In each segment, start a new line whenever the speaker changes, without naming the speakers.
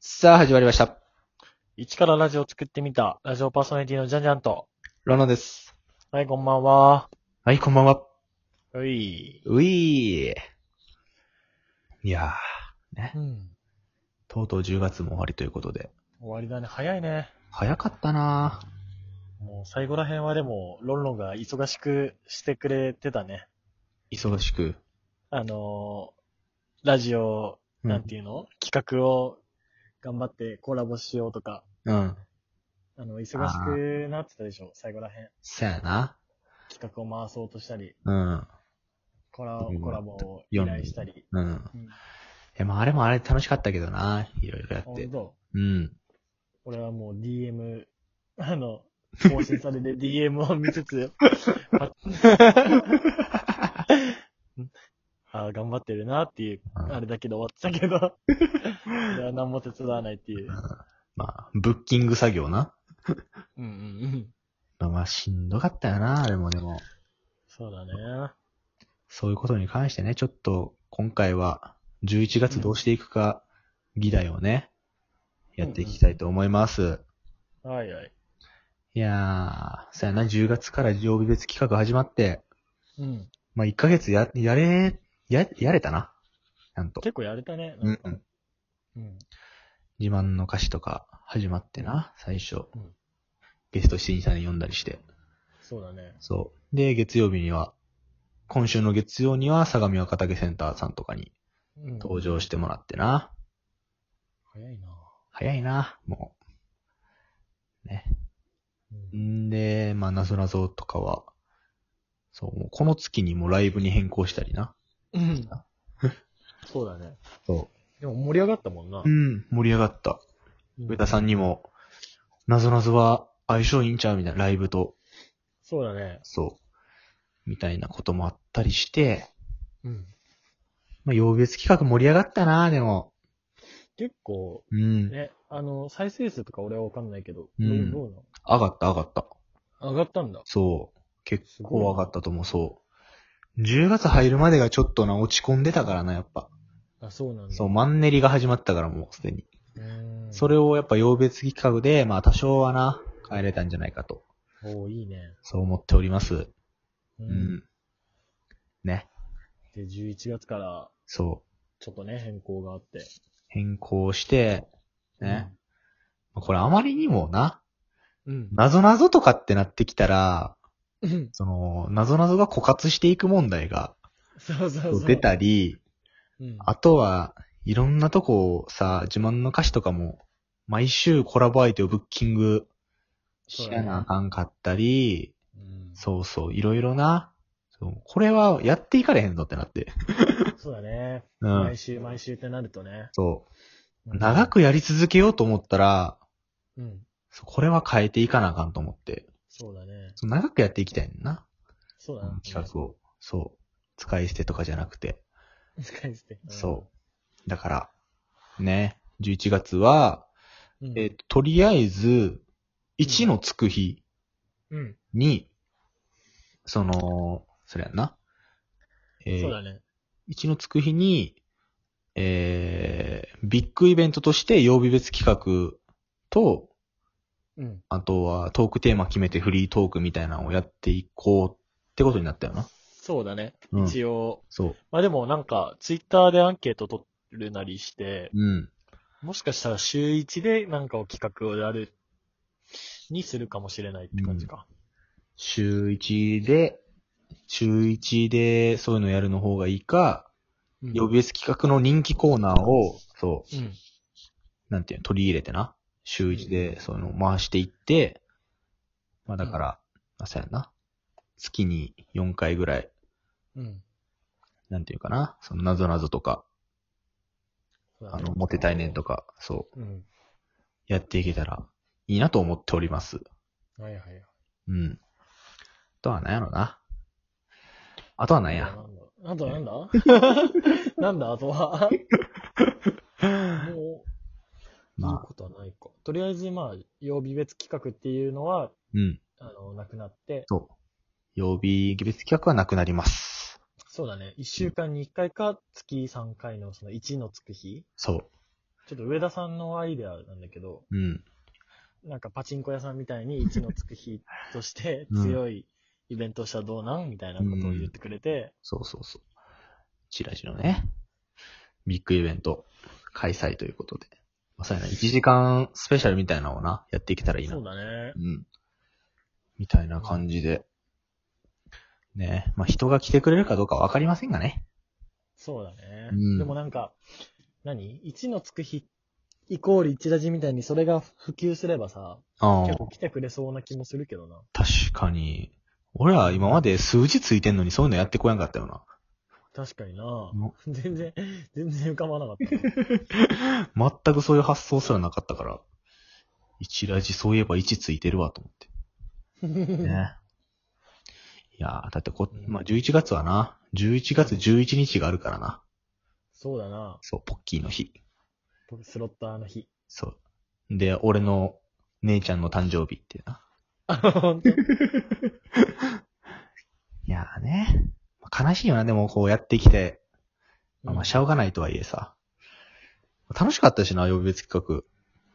さあ、始まりました。
一からラジオを作ってみた、ラジオパーソナリティのジャンジャンと。
ロノです。
はい、こんばんは。
はい、こんばんは。
うい。
ういー。いや
うん。
ー、とうとう10月も終わりということで。
終わりだね。早いね。
早かったな
もう最後ら辺はでも、ロンロンが忙しくしてくれてたね。
ー。忙しく。
あのー、ラジオ、
う
なんていうの、企画を頑張ってコラボしようとか、
うん。
あの、忙しくなってたでしょ。最後ら辺。
そやな。
企画を回そうとしたり、
うん。
コラ
うん
コラボを依頼したり。
うん。
うん。
え、まあ、あれもあれ楽しかったけどないろいろやっ
ほ
て
ん。と
うん。
俺はもう DM、あの、更新される DM を見つつ、ああー頑張ってるなっていう、
うん
あれだけど終わってたけど、俺は何も手伝わないっていう。
まあ、ブッキング作業な。
うんうんうん。
まあまあ、しんどかったよなあれもでも。
そうだね。
そういうことに関してね、ちょっと今回は11月どうしていくか議題をね、
うん
やっていきたいと思います。
はいはい。
いやー、そうやな、10月から曜日別企画始まって、
うん。
まあ1ヶ月や、やれ、や、やれたな。ちゃんと。
結構やれたね。
う
なん
ん
か
うん。
うん。
自慢の歌詞とか始まってな、最初。
うん
ゲスト審査に読んだりして。
そうだね。
そう。で、月曜日には、今週の月曜には相模若竹センターさんとかに
うん
登場してもらってな。
早いな。
早いな、もう。
うん
で、まあ、なぞなぞとかは、そう、もうこの月にもうライブに変更したりな。
ん。うんそうだね。
そ
でも盛り上がったもんな
う。う。ん、盛り上がった。
う
上田さんにも、なぞなぞは相性いいんちゃうみたいな、ライブと。
そうだね。
そう。みたいなこともあったりして、
うん。
まあ、曜日別企画盛り上がったな、でも。
結構、
うん。
ね、あの、再生数とか俺はわかんないけど、
う
ど
ん
うどうなの
上がった、上がった。
上がったんだ。
そう。結構上がったと思う、そう。10月入るまでがちょっとな、落ち込んでたからな、やっぱ。
あ、そうなんだ。
そう、マンネリが始まったから、もうすでに。
うーん。
それをやっぱ曜別企画で、まあ多少はな、変えれたんじゃないかと、
おーいいね。
そう思っております。
う
う。ん。ね、
で、11月から、
そう。
ちょっとね、変更があって。
変更して、ね。まあこれあまりにもな、
うん。
謎々とかってなってきたら、
うん。
その、謎々が枯渇していく問題が
そうそうそう。
出。たり、
うん。
あとは、いろんなとこをさ、自慢の歌詞とかも、毎週コラボ相手をブッキングしやなあかんかったり、
うん
そうそう、いろいろな。そうこれはやっていかれへんぞってなって。
そうだね。
う
毎
ん。
週毎週ってなるとね。
そう。長。くやり続けようと思ったら、
うん。
そうこれは変えていかなあかんと思って。
そうだね。
そう長くやっていきたいんだな。
そう
こ
だ
の
ね。
企画を。そう。使い捨てとかじゃなくて。
使い捨て。
そう。だから、ね、11月は、
うん。うん
えっと、とりあえず、1のつく日
うん。
に、その、それやんな。えー
そうだね。
一のつく日に、えー、ビッグイベントとして曜日別企画と、
うん。
あとはトークテーマ決めてフリートークみたいなのをやっていこうってことになったよな。
そうだね。
うん。
一応。
そう。
まあでもなんか、ツイッターでアンケート取るなりして、
うん。
もしかしたら週1でなんかを企画をやる、にするかもしれないって感じか。
週一で、週一でそういうのやるの方がいいか、
うん
曜日別企画の人気コーナーを、そう、
うん。
なんていうの、取り入れてな。週一でそういうのを回していって、まあだから、まあそうやな。月に4回ぐらい
うん。
なんていうかな、その謎々とか、あの、モテたいねんと
か。
か、そう、
うん。
やっていけたらいいなと思っております。
はいはい。
うん。あとは何やろな。あとは何や。
なんだなんだ なんだあと は。もう、いい
まあ、
ことはないか。とりあえず、まあ、曜日別企画っていうのは、
うん。
あの、なくなって、
そう。曜日別企画はなくなります。
そうだね。1週間に1回か、月3回のその1のつく日
そう。
ちょっと上田さんのアイデアなんだけど、
うん。
なんかパチンコ屋さんみたいに一のつく日として
うん
強いイベントをしたらどうなんみたいなことを言ってくれて、
そうそうそう。チラシのね、ビッグイベント開催ということで。まあ、そうやな、1時間スペシャルみたいなのをな、やっていけたらいいな。
そうだね。
うん。みたいな感じで。ねまあ人が来てくれるかどうかわかりませんがね。
そうだね。
うん
でもなんか、何一のつく日イコール一ラジみたいにそれが普及すればさ、
あ
結構来てくれそうな気もするけどな。
確かに。俺ら今まで数字ついてんのにそういうのやってこやんかったよ な。
確かにな
の
全然、全然浮かばなかったな。
全くそういう発想すらなかったから。1ラジそういえば1ついてるわと思って。ね。いやー、だってこ、まあ、11月はな、11月11日があるからな。
そうだな
そう、ポッキーの日。
スロッターの日。
そう。で、俺の姉ちゃんの誕生日っていうな。
あ、ほんと
いやーね。まあ悲しいよな、でもこうやってきて。まあまあ、しゃ
う
うがないとはいえさ。楽しかったしな、呼び別企
ん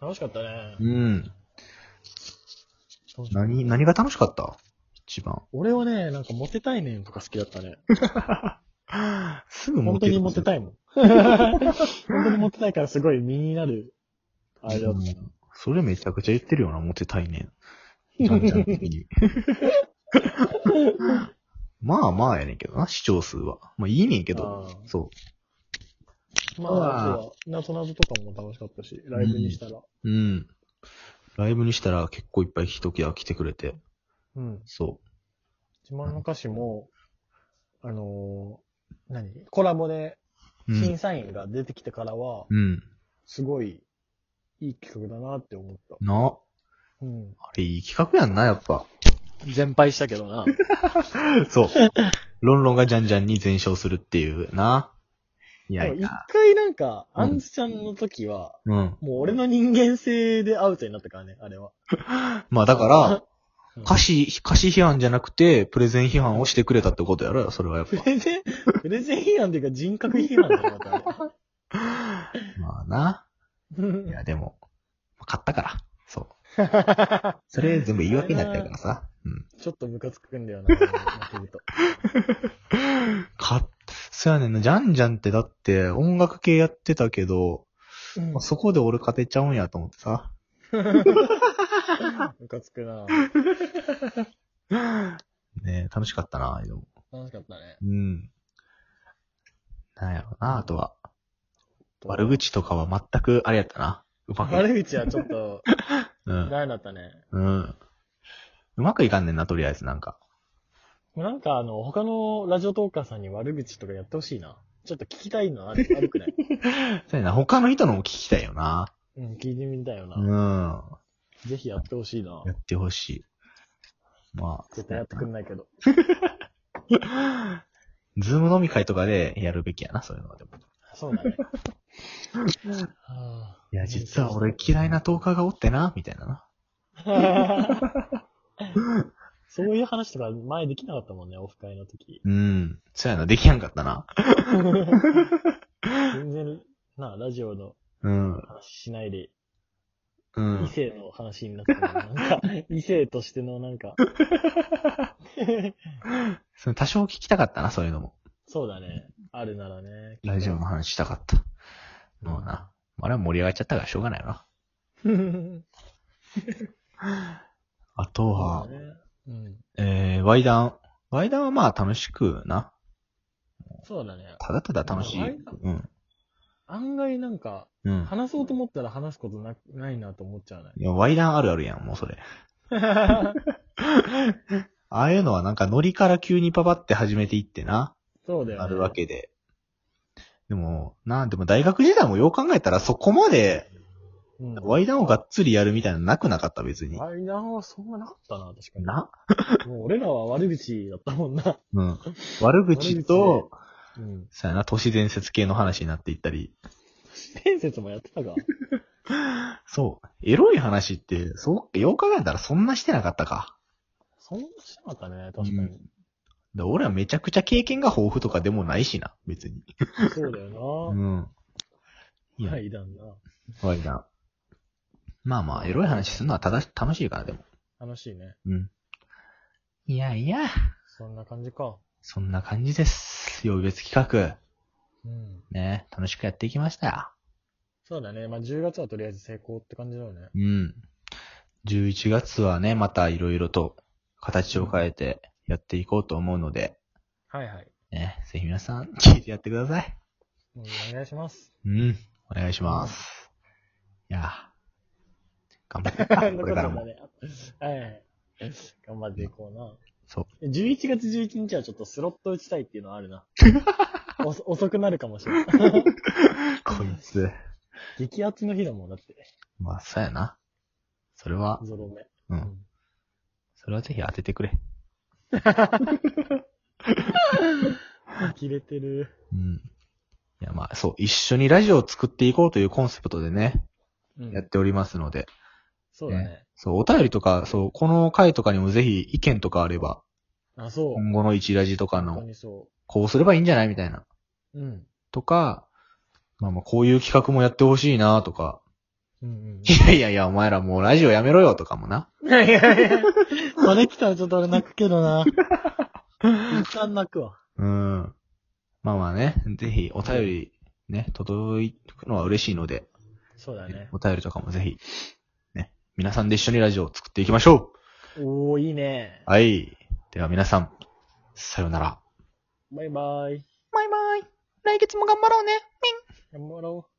楽しかったね
画。。うん。
楽しかった
何、何が楽しかった一番。
俺はね、なんかモテたいねんとか好きだったね。
すぐ
本当にモテ
い。
たいもん。本当にモテたいからすごい身になる。あれだった。
うんそれめちゃくちゃ言ってるよな、モテたいねん。ジャンジャン的に。 まあまあやねんけどな、視聴数は。まあいいねんけど。
あ
そ
ーま
うわ
あ、あとは、なぞなぞとかも楽しかったし、ライブにしたら。
う。うん。ライブにしたら結構いっぱい人が来てくれて。
うん。
そ
自慢の歌詞も、あのー何コラボで
う。う
審
ん。
査員が出てきてからは、
うん。
すごいいい企画だなって思った。
な、
うん。
あれいい企画やんな、やっぱ。
全敗したけ どな。
そう。ロンロンがジャンジャンに全勝するっていうな。いや
でも
い
一
や。
回なんか、アンズちゃんの時は、
うん。
もう俺の人間性でアウトになったからね、あれは。
まあだから、
うん、
歌詞、歌詞批判じゃなくて、プレゼン批判をしてくれたってことやろよ、それはやっぱ
プ。レゼン、プレゼン批判というか人格批判だよ、またあれ。
まあな。いや、でも、買ったから。そう。 それ全部言い訳になってるからさ。うん。
ちょっとムカつくんだ よな、負けると。
買っ、そうやねんな。ジャンジャンってだって音楽系やってたけど、
うん
まあそこで俺勝てちゃうんやと思ってさ。
ムカつくな
ねえ楽しかったな、でも。
楽しかったね。
うん。なんやろうな、あとは。悪。口とかは全くあれやったな。うまく。
悪口はちょっと、
うん。
ダメだったね。
うん。うまくいかんねんな、とりあえずなんか。
もうなんかあの、他のラジオトーカーさんに悪口とかやってほしいな。ちょっと聞きたいのあ る、あるくない
そうやな、他の人のも聞きたいよな。
うん、聞いてみたいよな。
うん。
ぜひやってほしいな
や。ってほしい。まあ。
絶対やってくんないけど。
ズーム飲み会とかでやるべきやな、そういうのはでも。
そう だね。 はあ
いや、実は俺嫌いなトーカーがおってな、みたいなな。
そういう話とか前できなかったもんね、オフ会の時。
うん。そうやな、できやんかったな。
全然、な、ラジオの
うん。
話しないで、
う
異
ん。
性の話になってたもんなんか、異性としてのな んか。
その多少聞きたかったな、そういうのも。
そうだね。あるならね。
ラジオの話したかった。もうな。あれは盛り上がっちゃったからしょうがないよな。
うん。
あと
そ
は
う、だねうん。
えー、ワイダン。ワイダンはまあ楽しくな。
そうだね。
ただただ楽しい。
なんか
うん。
案外なんか、
うん。
話そうと思ったら話すことな、ないなと思っちゃうね。
いや、ワイダンあるあるやん、もうそれ。 ああいうのはなんかノリから急にパパって始めていってな。
そうだよ、ね。
あるわ。けで。でも、なんでも大学時代もよう考えたらそこまで、
うん。
ワイダンをがっつりやるみたいなのなくなかった、別に。
ワイダンはそんななかったな、確かに。
な
もう俺らは悪口だったもんな。
うん。悪口と、
うん。
さやな、都市伝説系の話になっていったり。
伝説もやってたか。
そう。エロい話って、そう、よう考えたらそんなしてなかったか。
そんなしなかったね、確かに。
で俺はめちゃくちゃ経験が豊富とかでもないしな、別に。
そうだよ
うん。いや、
はい、だんだん。
ワイダンまあまあ、エロい話するのは正し楽しいから、でも。
楽しいね。
うん。いやいや、
そんな感じか。
そんな感じです。曜日別企画。
うん。
ね、楽しくやっていきましたよ。
そうだね。まあ、10月はとりあえず成功って感じだよね。
うん。11月はね、またいろいろと形を変えてやっていこうと思うので、
はいはい。
ね、ぜひ皆さん聞いてやってください。
うんお願いします。
うん。お願いします。いや頑張っていこう かこれからも。
はいはい。頑張っていこうな。
そう。
11月11日はちょっとスロット打ちたいっていうのは あるな。おそ遅くなるかもしれない。
こいつ。
激アツの日だもん、だって。
まあ、そうやな。それは、
ゾロ目。
うん。それはぜひ当ててくれ。
切れてる。
うん。いや、まあ、そう。一緒にラジオを作っていこうというコンセプトでね、
う
やっ
ん。
ておりますので。
そうだね
ね。そう、お便りとか、そう、この回とかにもぜひ意見とかあれば、
あ、そう。
今後の一ラジとか
本当
の、
にそ
こうすればいいんじゃないみたいな。
う。うん。
とか、まあまあ、こういう企画もやってほしいなとか、
うんう
い
ん。
やいやいや、お前らもうラジオやめろよとかもな。
いやいやいや。それ来たらちょっと俺泣くけどな。 一旦泣くわ。
うん。まあまあね、ぜひお便りね、届くのは嬉しいので、
そうだね。
お便りとかもぜひ、ね、皆さんで一緒にラジオを作っていきましょ
おー、いいね。
うはい。では皆さん、さようなら。
バイバイ。
バイバイ。来月も頑張ろうね。
頑張ろう。